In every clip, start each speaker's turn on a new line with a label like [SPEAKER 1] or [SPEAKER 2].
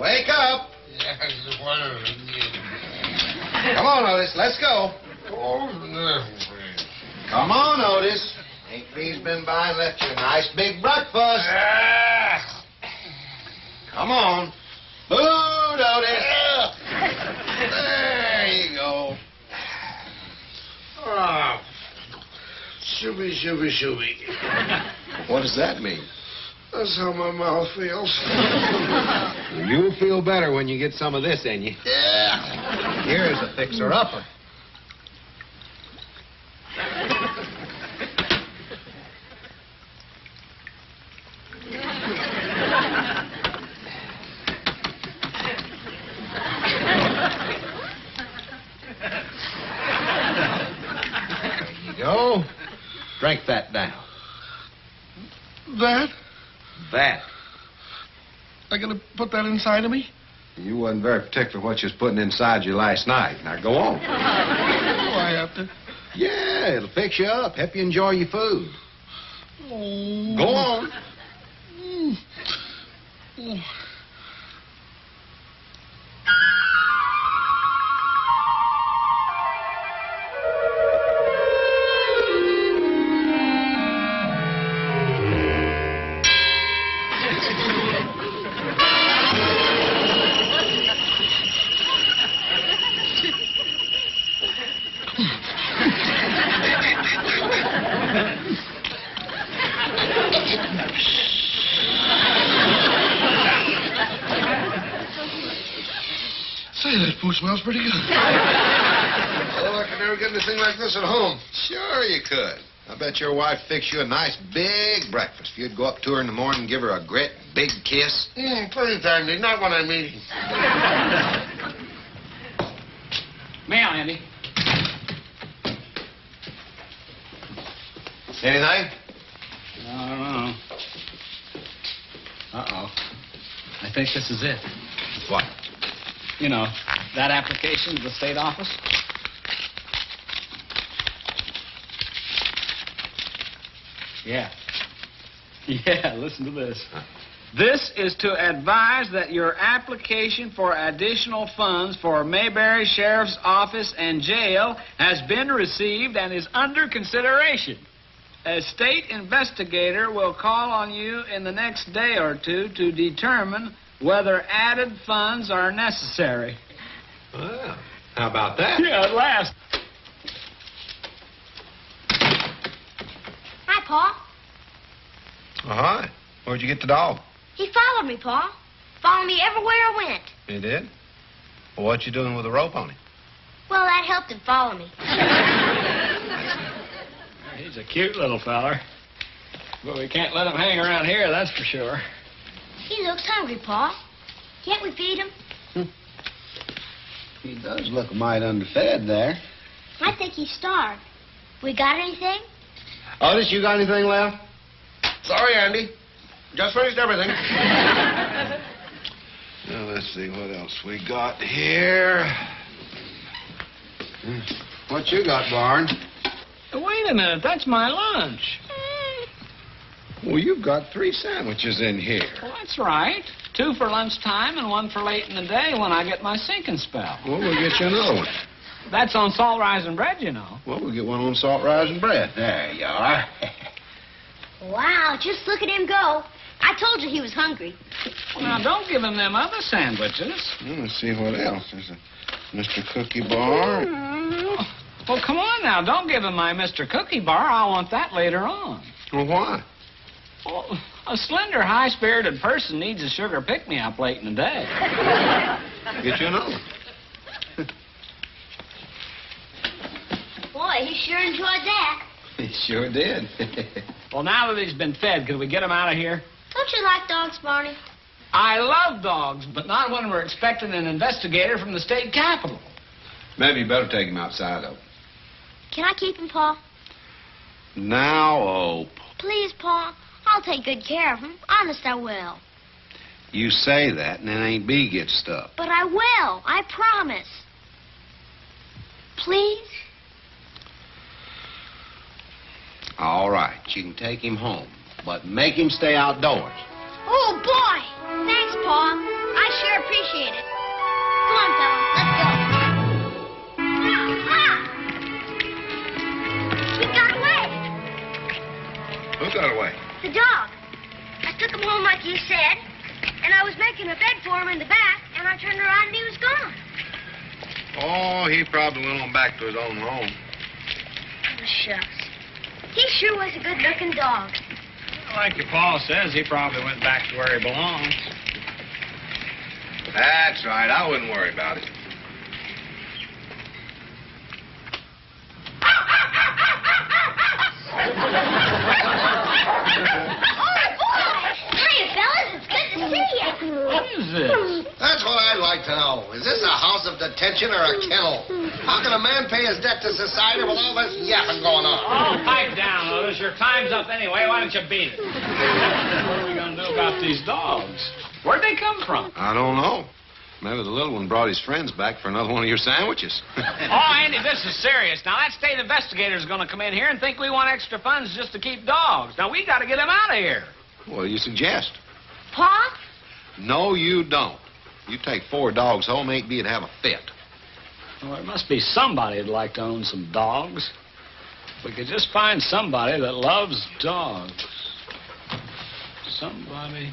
[SPEAKER 1] Wake up!
[SPEAKER 2] Yes, one of you.
[SPEAKER 1] Come on, Otis, let's go.
[SPEAKER 2] Oh, no.
[SPEAKER 1] Come on, Otis. Hank Lee's been by and left you a nice big breakfast.
[SPEAKER 2] Ah!
[SPEAKER 1] Uh, Come on. Food, Otis. There you go.
[SPEAKER 2] Ah. Shooby, shooby, shooby.
[SPEAKER 1] What does that mean?
[SPEAKER 2] That's how my mouth feels.
[SPEAKER 3] You'll feel better when you get some of this in you.
[SPEAKER 2] yeah.
[SPEAKER 1] Here's a fixer-upper. There you go. Drink that down.
[SPEAKER 2] That?
[SPEAKER 1] That.
[SPEAKER 2] I gotta put that inside of me?
[SPEAKER 3] You wasn't very particular what you was putting inside you last night. Now go on.
[SPEAKER 2] Oh, I have to.
[SPEAKER 3] Yeah, it'll fix you up, help you enjoy your food.
[SPEAKER 2] Oh.
[SPEAKER 3] Go on.
[SPEAKER 2] Mm. Oh. Say, that food smells pretty good.
[SPEAKER 1] Oh, I could never get anything like this at home. Sure you could. I bet your wife fixed you a nice big breakfast. If you'd go up to her in the morning and give her a great big kiss.
[SPEAKER 2] Mm, plenty of time, Dick. Not when I'm eating.
[SPEAKER 4] Meow, Andy.
[SPEAKER 1] Anything?
[SPEAKER 4] I don't know. Uh, Uh-oh. I think this is it.
[SPEAKER 1] What?
[SPEAKER 4] You know, that application to the state office. Yeah. Yeah, listen to this. This is to advise that your application for additional funds for Mayberry Sheriff's Office and Jail has been received and is under consideration. A state investigator will call on you in the next day or two to determine whether added funds are necessary.
[SPEAKER 3] Well, how about that?
[SPEAKER 4] Yeah, at last.
[SPEAKER 5] Hi, Pa.
[SPEAKER 1] Uh-huh. Where'd you get the dog?
[SPEAKER 5] He followed me, Pa. Followed me everywhere I went.
[SPEAKER 1] He did? Well, what you doing with a rope on him?
[SPEAKER 5] Well, that helped him follow me.
[SPEAKER 4] He's a cute little feller. But we can't let him hang around here, that's for sure.
[SPEAKER 5] He looks hungry, Pa. Can't we feed him?
[SPEAKER 3] He does look a mite underfed there.
[SPEAKER 5] I think he's starved. We got anything?
[SPEAKER 3] Otis, you got anything left?
[SPEAKER 1] Sorry, Andy. Just finished everything.
[SPEAKER 2] Now, let's see what else we got here.
[SPEAKER 3] What you got, Barn?
[SPEAKER 4] Wait a minute, that's my lunch.
[SPEAKER 3] Well, you've got three sandwiches in here.
[SPEAKER 4] Well, that's right. Two for lunchtime and one for late in the day when I get my sinking spell.
[SPEAKER 3] Well, we'll get you another one.
[SPEAKER 4] That's on salt, rice, and bread, you know.
[SPEAKER 3] Well, we'll get one on salt, rise, and bread. There you are.
[SPEAKER 5] Wow, just look at him go. I told you he was hungry.
[SPEAKER 4] Now, don't give him them other sandwiches.
[SPEAKER 3] Well, let's see what else. There's a Mr. Cookie Bar.
[SPEAKER 4] Hmm. Well, come on now. Don't give him my Mr. Cookie Bar. I want that later on.
[SPEAKER 3] Well, why?
[SPEAKER 4] Well, a slender, high-spirited person needs a sugar pick-me-up late in the day.
[SPEAKER 3] Get you another one.
[SPEAKER 5] Boy, he sure enjoyed that.
[SPEAKER 3] He sure did.
[SPEAKER 4] Well, now that he's been fed, could we get him out of here?
[SPEAKER 5] Don't you like dogs, Barney?
[SPEAKER 4] I love dogs, but not when we're expecting an investigator from the state capitol.
[SPEAKER 3] Maybe you better take him outside, though.
[SPEAKER 5] Can I keep him, Pa?
[SPEAKER 3] Now, oh,
[SPEAKER 5] Please, Pa. I'll take good care of him. Honest, I will.
[SPEAKER 3] you say that, and then Aunt B gets stuck.
[SPEAKER 5] But I will. I promise. Please?
[SPEAKER 3] All right, you can take him home, but make him stay outdoors.
[SPEAKER 5] Oh, boy! Thanks, Pa. I sure appreciate Ah, in the back, and I turned around and he was gone.
[SPEAKER 2] Oh, he probably went on back to his own home.
[SPEAKER 5] Shucks. He sure was a good-looking dog.
[SPEAKER 4] Like your pa says, he probably went back to where he belongs.
[SPEAKER 2] That's right. I wouldn't worry about it.
[SPEAKER 5] Oh, Hiya, fellas. It's good to see you.
[SPEAKER 4] What is this?
[SPEAKER 1] That's what I'd like to know. Is this a house of detention or a kennel? How can a man pay his debt to society with all this yapping going on?
[SPEAKER 4] Oh, pipe down, Otis. Your time's up anyway. Why don't you beat it? what are we going to do about these dogs? Where'd they come from?
[SPEAKER 3] I don't know. Maybe the little one brought his friends back for another one of your sandwiches.
[SPEAKER 4] Oh, Andy, this is serious. Now, that state investigator's going to come in here and think we want extra funds just to keep dogs. Now, we got to get him out of here.
[SPEAKER 3] what do you suggest?
[SPEAKER 5] Pa?
[SPEAKER 3] No, you don't. You take four dogs home, eight be'd have a fit.
[SPEAKER 4] Well, there must be somebody that'd like to own some dogs. If we could just find somebody that loves dogs. Somebody.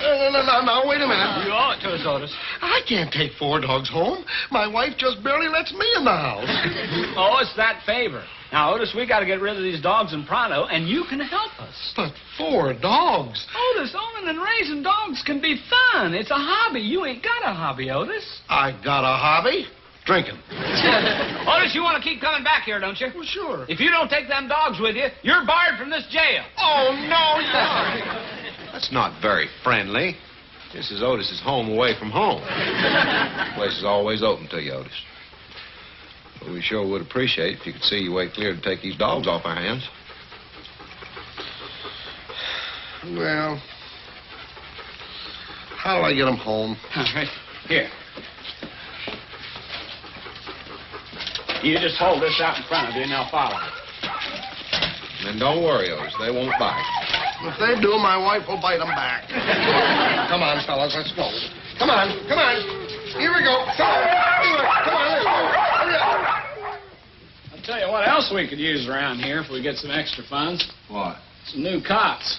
[SPEAKER 1] No, no, no, no, wait a minute.
[SPEAKER 4] You owe it to us, Otis.
[SPEAKER 1] I can't take four dogs home. My wife just barely lets me in the house.
[SPEAKER 4] You owe us that favor. Now, Otis, we got to get rid of these dogs in pronto, and you can help us.
[SPEAKER 1] But four dogs?
[SPEAKER 4] Otis, owning and raising dogs can be fun. It's a hobby. You ain't got a hobby, Otis.
[SPEAKER 1] I got a hobby. Drinking.
[SPEAKER 4] Otis, you want to keep coming back here, don't you?
[SPEAKER 1] Well, sure.
[SPEAKER 4] If you don't take them dogs with you, you're barred from this jail.
[SPEAKER 1] Oh, no, no.
[SPEAKER 3] That's not very friendly. This is Otis's home away from home. Place is always open to you, Otis. But we sure would appreciate if you could see your way clear to take these dogs off our hands.
[SPEAKER 1] Well, how do I get them home?
[SPEAKER 4] All right. Here. You just hold this out in front of you and I'll follow.
[SPEAKER 3] And don't worry, Otis, they won't bite.
[SPEAKER 1] If they do, my wife will bite them back. come on, fellas, let's go. Come on, come on. Here we go. Come on, come on. let's go. Hurry up.
[SPEAKER 4] I'll tell you what else we could use around here if we get some extra funds.
[SPEAKER 3] What?
[SPEAKER 4] Some new cots.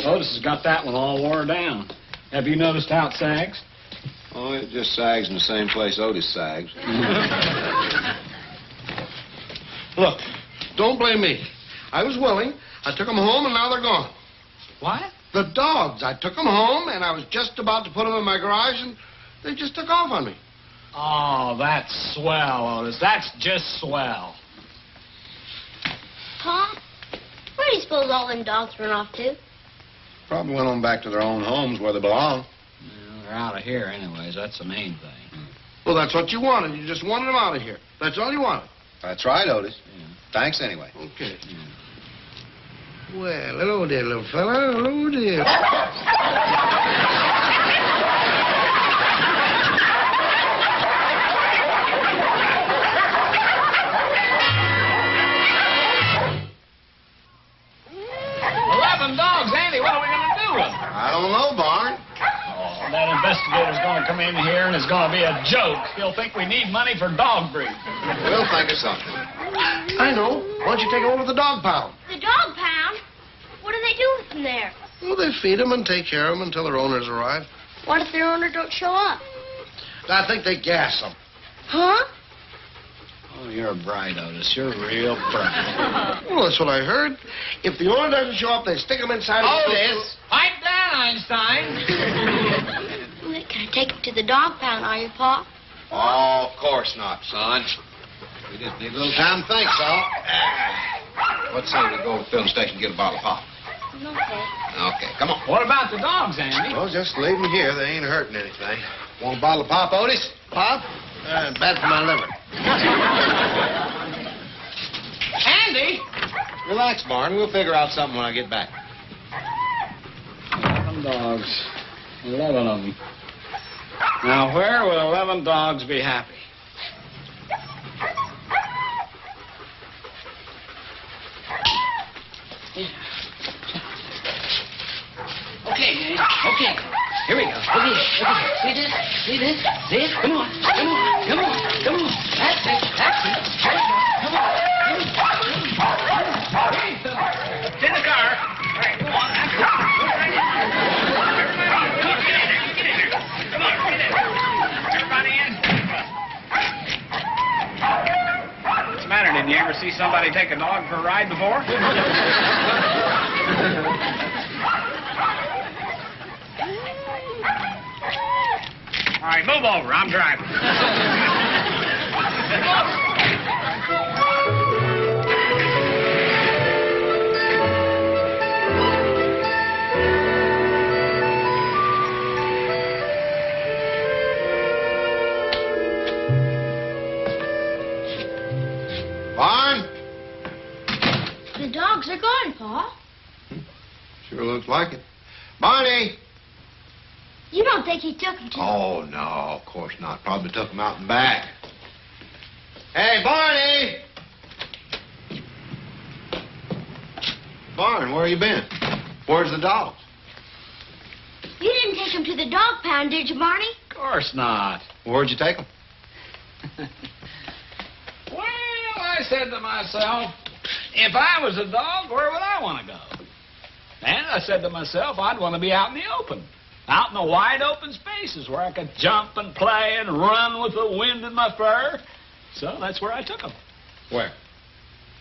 [SPEAKER 4] Otis has got that one all wore down. Have you noticed how it sags?
[SPEAKER 3] Oh, it just sags in the same place Otis sags.
[SPEAKER 1] Look, don't blame me. I was willing. I took them home, and now they're gone.
[SPEAKER 4] What?
[SPEAKER 1] The dogs, I took them home, and I was just about to put them in my garage, and they just took off on me.
[SPEAKER 4] Oh, that's swell, Otis. That's just swell.
[SPEAKER 5] Pa? Where do you suppose all them dogs run off to?
[SPEAKER 3] Probably went on back to their own homes where they belong.
[SPEAKER 4] Well, they're out of here anyways. That's the main thing.
[SPEAKER 1] Well, that's what you wanted. You just wanted them out of here. That's all you wanted.
[SPEAKER 3] That's right, Otis. Thanks anyway.
[SPEAKER 1] Okay. Well, hello there, little fella. Hello there.
[SPEAKER 4] Eleven dogs, Andy. What are we going to do with them?
[SPEAKER 3] I don't know, Barn.
[SPEAKER 4] That investigator's going to come in here and it's going to be a joke. He'll think we need money for dog breed.
[SPEAKER 3] We'll think of something.
[SPEAKER 1] I know. Why don't you take 'em over to the dog pound?
[SPEAKER 5] The dog pound? What do they do with them there?
[SPEAKER 1] Well, they feed 'em and take care of 'em until their owners arrive.
[SPEAKER 5] What if their owner don't show up?
[SPEAKER 1] I think they gas 'em.
[SPEAKER 5] Huh?
[SPEAKER 4] Oh, you're a bright, Otis. You're a real bright.
[SPEAKER 1] Well, that's what I heard. If the owner doesn't show up, they stick 'em inside. of
[SPEAKER 4] Otis! Pipe down, Einstein!
[SPEAKER 5] Wait, can I take them to the dog pound, are you, Pa?
[SPEAKER 3] Oh, of course not, son. We just need a little time to think, so. Let's say we go to the film station and get a bottle of pop.
[SPEAKER 5] No, Pa.
[SPEAKER 3] Okay, come on.
[SPEAKER 4] What about the dogs, Andy?
[SPEAKER 3] Well, just leave them here. They ain't hurting anything. Want a bottle of pop, Otis?
[SPEAKER 1] Pop? Uh, bad for my liver.
[SPEAKER 4] Andy!
[SPEAKER 3] Relax, Barn. We'll figure out something when I get back.
[SPEAKER 4] Eleven dogs. Eleven of them. Now, where will eleven dogs be happy? Okay, Andy. Okay. Here we go. Okay. Okay. See this? See this? See it? Come on. Come on. Come on. Come on. That's it. That's it. Here we go. Come on. Come on. Come on. Come on. Get in the car. somebody take a dog for a ride before? All right, move over. I'm driving.
[SPEAKER 3] Barn?
[SPEAKER 5] The dogs are gone, Pa.
[SPEAKER 3] Sure looks like it. Barney!
[SPEAKER 5] You don't think he took them to
[SPEAKER 3] Oh, no, of course not. Probably took him out and back. Hey, Barney! Barn, where you been? Where's the dogs?
[SPEAKER 5] You didn't take them to the dog pound, did you, Barney?
[SPEAKER 4] Of course not.
[SPEAKER 3] Where'd you take them?
[SPEAKER 4] Well, I said to myself, if I was a dog, where would I want to go? And I said to myself, I'd want to be out in the open. Out in the wide open spaces where I could jump and play and run with the wind in my fur. So that's where I took them.
[SPEAKER 3] Where?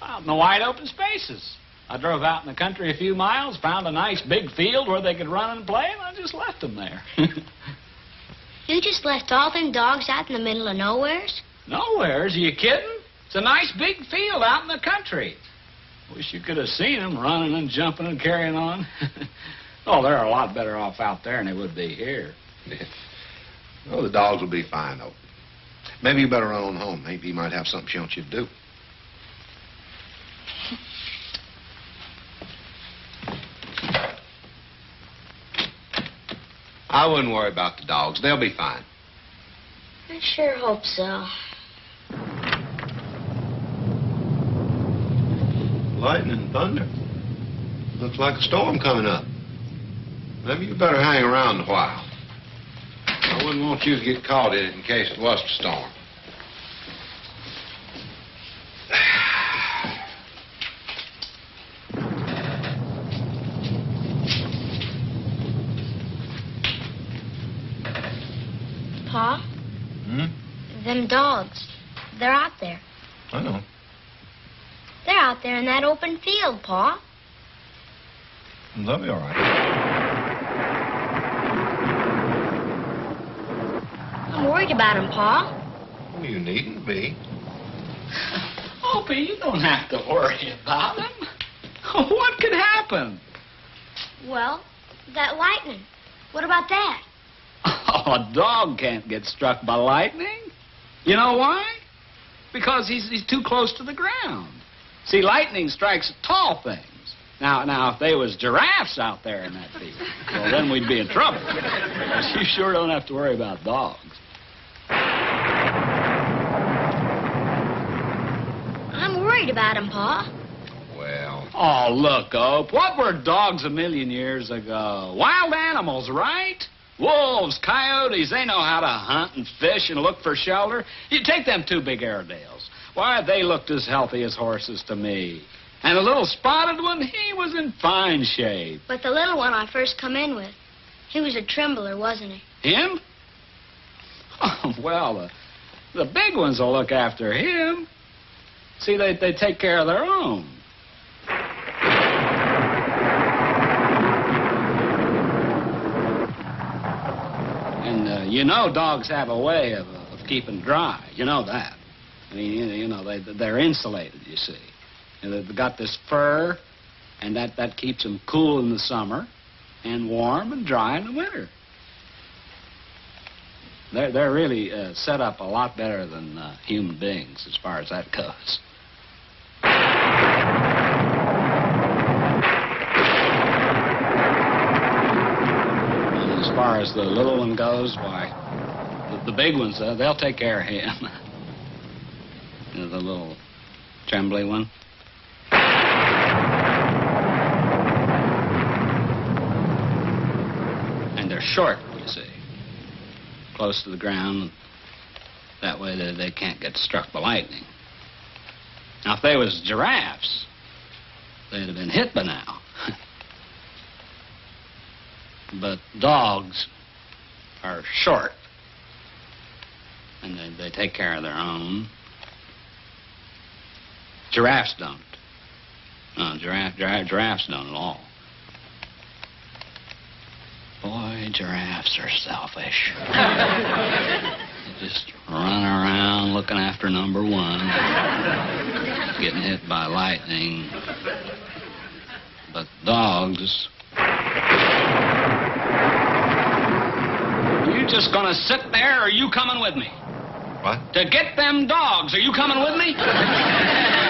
[SPEAKER 4] Out in the wide open spaces. I drove out in the country a few miles, found a nice big field where they could run and play, and I just left them there.
[SPEAKER 5] You just left all them dogs out in the middle of nowheres?
[SPEAKER 4] Nowheres? Are you kidding? It's a nice big field out in the country. Wish you could have seen them running and jumping and carrying on. oh, they're a lot better off out there than they would be here.
[SPEAKER 3] Oh, the dogs will be fine, though. Maybe you better run on home. Maybe you might have something she wants you to do. I wouldn't worry about the dogs. They'll be fine.
[SPEAKER 5] I sure hope so.
[SPEAKER 3] Lightning and thunder. Looks like a storm coming up. Maybe you better hang around a while. I wouldn't want you to get caught in it in case it was a storm.
[SPEAKER 5] Pa,
[SPEAKER 3] Hmm?
[SPEAKER 5] them dogs, they're out there.
[SPEAKER 3] I know.
[SPEAKER 5] They're out there in that open field, Pa.
[SPEAKER 3] They'll be all right.
[SPEAKER 5] I'm worried about 'em, Pa.
[SPEAKER 3] Well, you needn't be.
[SPEAKER 4] Opie, you don't have to worry about them. what could happen?
[SPEAKER 5] Well, that lightning. What about that?
[SPEAKER 4] Oh, a dog can't get struck by lightning. You know why? Because he's, he's too close to the ground. See, lightning strikes tall things. Now, now, if they was giraffes out there in that field, well, then we'd be in trouble. But you sure don't have to worry about dogs.
[SPEAKER 5] I'm worried about 'em, Pa.
[SPEAKER 3] Well,
[SPEAKER 4] Oh, look, Ope, what were dogs a million years ago? Wild animals, right? Wolves, coyotes, they know how to hunt and fish and look for shelter. You take them two big Airedales. Why, they looked as healthy as horses to me. And the little spotted one, he was in fine shape.
[SPEAKER 5] But the little one I first come in with, he was a trembler, wasn't he?
[SPEAKER 4] Him? Oh, well, the, the big ones will look after him. See, they, they take care of their own. And uh, you know, dogs have a way of, of keeping dry. You know that. I mean, you, you know, they, they're insulated, you see. And they've got this fur, and that, that keeps them cool in the summer and warm and dry in the winter. They're, they're really uh, set up a lot better than uh, human beings as far as that goes. And As far as the little one goes, why, the, the big ones, uh, they'll take care of him. You know, the little trembly one. And they're short, you see close to the ground. That way they, they can't get struck by lightning. Now, if they was giraffes, they'd have been hit by now. but dogs are short, and they, they take care of their own. Giraffes don't. No, giraffe, giraffe, giraffes don't at all. Boy, giraffes are selfish. They just run around looking after number one, getting hit by lightning. But dogs. You just gonna sit there, or are you coming with me?
[SPEAKER 3] What?
[SPEAKER 4] To get them dogs, are you coming with me?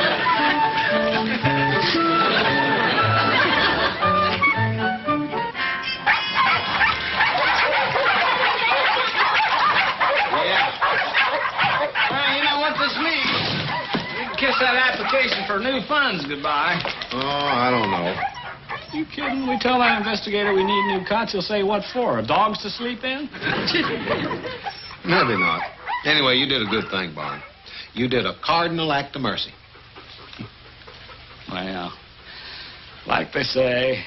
[SPEAKER 4] Yeah. Well, you know what this means? You can kiss that application for new funds goodbye.
[SPEAKER 3] Oh, I don't know.
[SPEAKER 4] You kidding? We tell our investigator we need new cots, he'll say what for? Dogs to sleep in?
[SPEAKER 3] Maybe not. Anyway, you did a good thing, Bond. You did a cardinal act of mercy.
[SPEAKER 4] Well, like they say,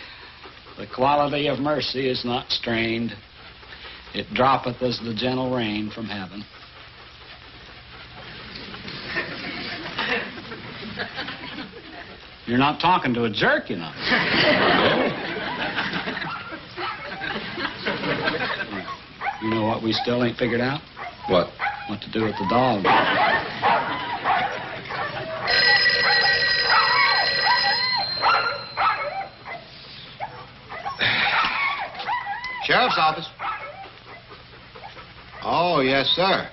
[SPEAKER 4] the quality of mercy is not strained. It droppeth as the gentle rain from heaven. You're not talking to a jerk, you know. You know what we still ain't figured out?
[SPEAKER 3] What?
[SPEAKER 4] What to do with the dog.
[SPEAKER 3] Sheriff's office. Oh, yes, sir.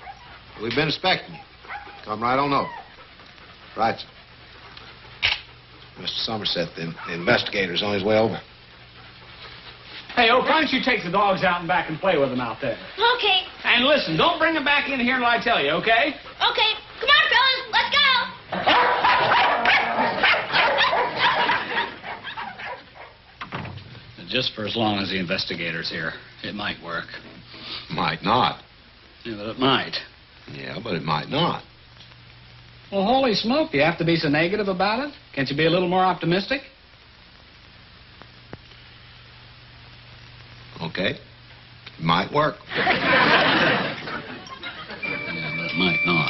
[SPEAKER 3] We've been expecting you. Come right on over. Right, sir. Mr. Somerset, the, the investigator's on his way over.
[SPEAKER 4] Hey, Oak, why don't you take the dogs out and back and play with them out there?
[SPEAKER 5] Okay.
[SPEAKER 4] And listen, don't bring them back in here until I tell you, okay?
[SPEAKER 5] Okay. Come on, fellas. Let's go.
[SPEAKER 4] Just for as long as the investigator's here. It might work.
[SPEAKER 3] Might not.
[SPEAKER 4] Yeah, but it might.
[SPEAKER 3] Yeah, but it might not.
[SPEAKER 4] Well, holy smoke, you have to be so negative about it? Can't you be a little more optimistic?
[SPEAKER 3] Okay? It might work.
[SPEAKER 4] Yeah, but it might not.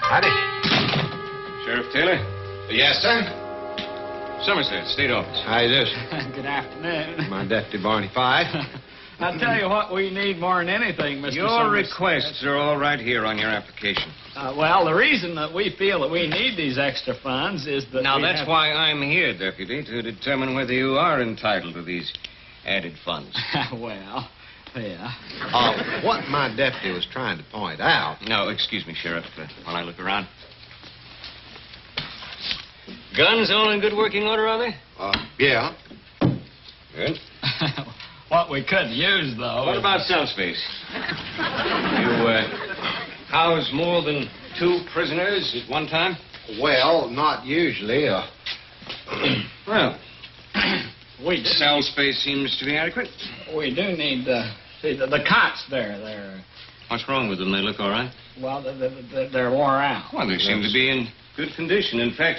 [SPEAKER 3] Howdy.
[SPEAKER 2] Sheriff Taylor?
[SPEAKER 3] Yes, sir.
[SPEAKER 2] Somerset, State Office.
[SPEAKER 3] How you do, sir?
[SPEAKER 4] Good afternoon.
[SPEAKER 3] My deputy Barney Five.
[SPEAKER 4] I tell you what we need more than anything, Mr.
[SPEAKER 2] Your
[SPEAKER 4] Summers.
[SPEAKER 2] requests are all right here on your application.
[SPEAKER 4] Uh, well, the reason that we feel that we need these extra funds is that
[SPEAKER 2] Now,
[SPEAKER 4] we
[SPEAKER 2] that's
[SPEAKER 4] have-
[SPEAKER 2] why I'm here, Deputy, to determine whether you are entitled to these added funds. Oh,
[SPEAKER 4] well, yeah.
[SPEAKER 3] Uh, what my deputy was trying to point out
[SPEAKER 2] No, excuse me, Sheriff, uh, while I look around. Guns all in good working order, are they?
[SPEAKER 3] Uh, yeah.
[SPEAKER 2] Good.
[SPEAKER 4] what we could use, though.
[SPEAKER 2] What
[SPEAKER 4] is-
[SPEAKER 2] about South Face? you uh, house more than two prisoners at one time?
[SPEAKER 3] Well, not usually. Uh,
[SPEAKER 2] Well,
[SPEAKER 4] We do,
[SPEAKER 2] cell space seems to be adequate.
[SPEAKER 4] we do need the, see, the, the cots there. They're,
[SPEAKER 2] What's wrong with them? They look all right.
[SPEAKER 4] well, they're, they're, they're wore out.
[SPEAKER 2] Well, they seem to be in good condition. In fact,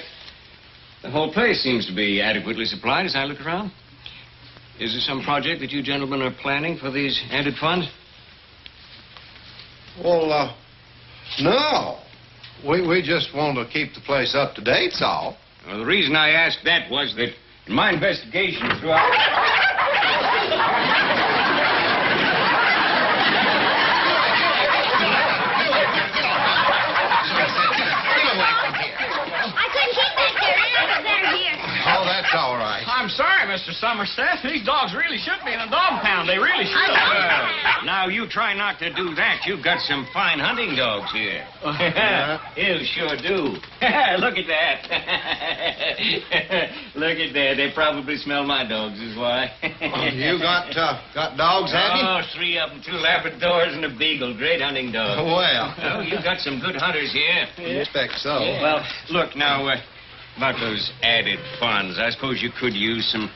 [SPEAKER 2] the whole place seems to be adequately supplied as I look around. Is there some project that you gentlemen are planning for these added funds?
[SPEAKER 3] well, uh, no. We, we just want to keep the place up to date's all.
[SPEAKER 2] Well, the reason I asked that was that in my investigation throughout.
[SPEAKER 5] I couldn't keep that there. It is better here.
[SPEAKER 3] Oh, that's all right.
[SPEAKER 4] I'm sorry, Mr. Somerset. These dogs really should be in a dog pound. They really should.
[SPEAKER 2] Well, Uh, now you try not to do that. You've got some fine hunting dogs here. you sure do. Look at that. Look at that. They probably smell my dogs, is why.
[SPEAKER 3] You got uh, got dogs, have
[SPEAKER 2] Oh, three of them, two Labradors and a Beagle. Great hunting
[SPEAKER 3] you?
[SPEAKER 2] dogs.
[SPEAKER 3] Well,
[SPEAKER 2] Oh, you've got some good hunters here.
[SPEAKER 3] you expect so.
[SPEAKER 2] Well, look now, uh, about those added funds. I suppose you could use some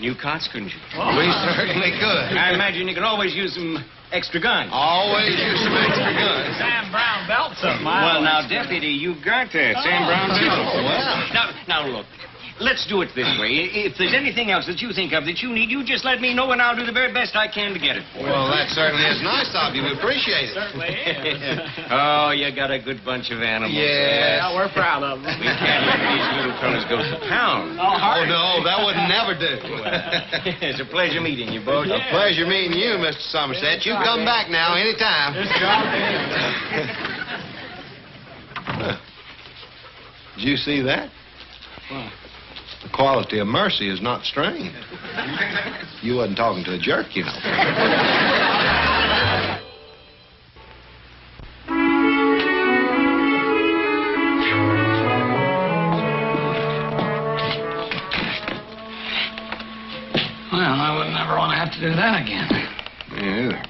[SPEAKER 2] new cots, couldn't you?
[SPEAKER 3] We certainly could.
[SPEAKER 2] I imagine you could always use some extra guns.
[SPEAKER 3] Always use some extra guns.
[SPEAKER 4] Sam Brown belts them.
[SPEAKER 2] Well, now, deputy, you got that. uh, Sam Brown.
[SPEAKER 3] Oh, well.
[SPEAKER 2] Now, now look. Let's do it this way. I- If there's anything else that you think of that you need, you just let me know, and I'll do the very best I can to get it.
[SPEAKER 3] Well, that certainly is nice of you. We appreciate it.
[SPEAKER 2] oh, you got a good bunch of animals.
[SPEAKER 3] Yes.
[SPEAKER 4] Yeah, we're proud of them.
[SPEAKER 2] We can't let these little fellas go to town.
[SPEAKER 3] Oh,
[SPEAKER 4] Oh, Hardy.
[SPEAKER 3] no, that would never do.
[SPEAKER 2] it's a pleasure meeting you both.
[SPEAKER 3] A pleasure meeting you, Mr. Somerset. You come back now anytime. Did you see that? The quality of mercy is not strained. You wasn't talking to a jerk, you know.
[SPEAKER 4] Well, I would never want to have to do that again.
[SPEAKER 3] Me either.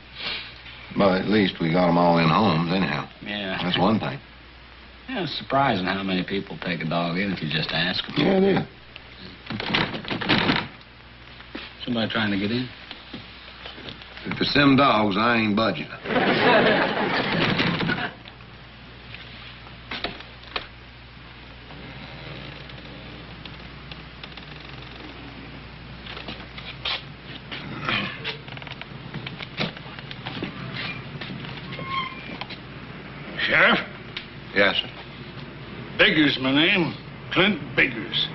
[SPEAKER 3] But at least we got them all in homes, anyhow.
[SPEAKER 4] Yeah.
[SPEAKER 3] That's one thing.
[SPEAKER 4] yeah. It's surprising how many people take a dog in if you just ask them.
[SPEAKER 3] Yeah, it is.
[SPEAKER 4] Somebody trying to get in?
[SPEAKER 3] If it's them dogs, I ain't budging.
[SPEAKER 6] Sheriff,
[SPEAKER 3] Yes, sir.
[SPEAKER 6] Biggers, my name. Clint Biggers.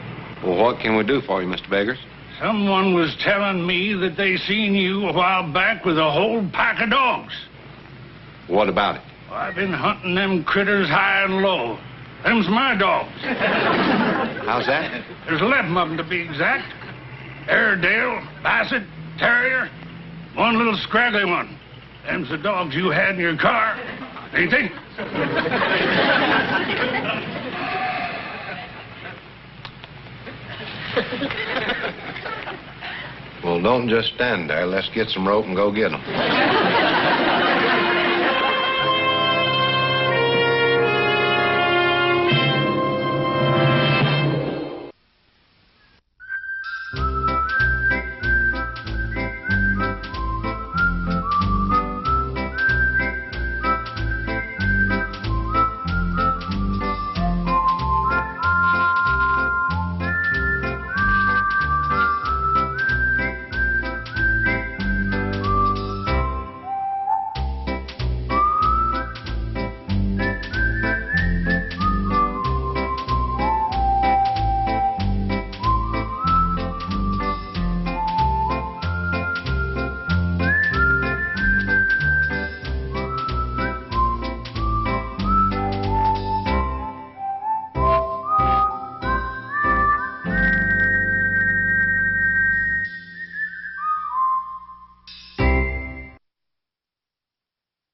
[SPEAKER 3] Well, what can we do for you, Mr. Beggars?
[SPEAKER 6] Someone was telling me that they seen you a while back with a whole pack of dogs.
[SPEAKER 3] What about it?
[SPEAKER 6] Well, I've been hunting them critters high and low. Them's my dogs.
[SPEAKER 3] How's that?
[SPEAKER 6] There's 11 of them to be exact. Airedale, Basset, Terrier, one little scraggly one. Them's the dogs you had in your car. Ain't they?
[SPEAKER 3] Well, don't just stand there. Let's get some rope and go get them.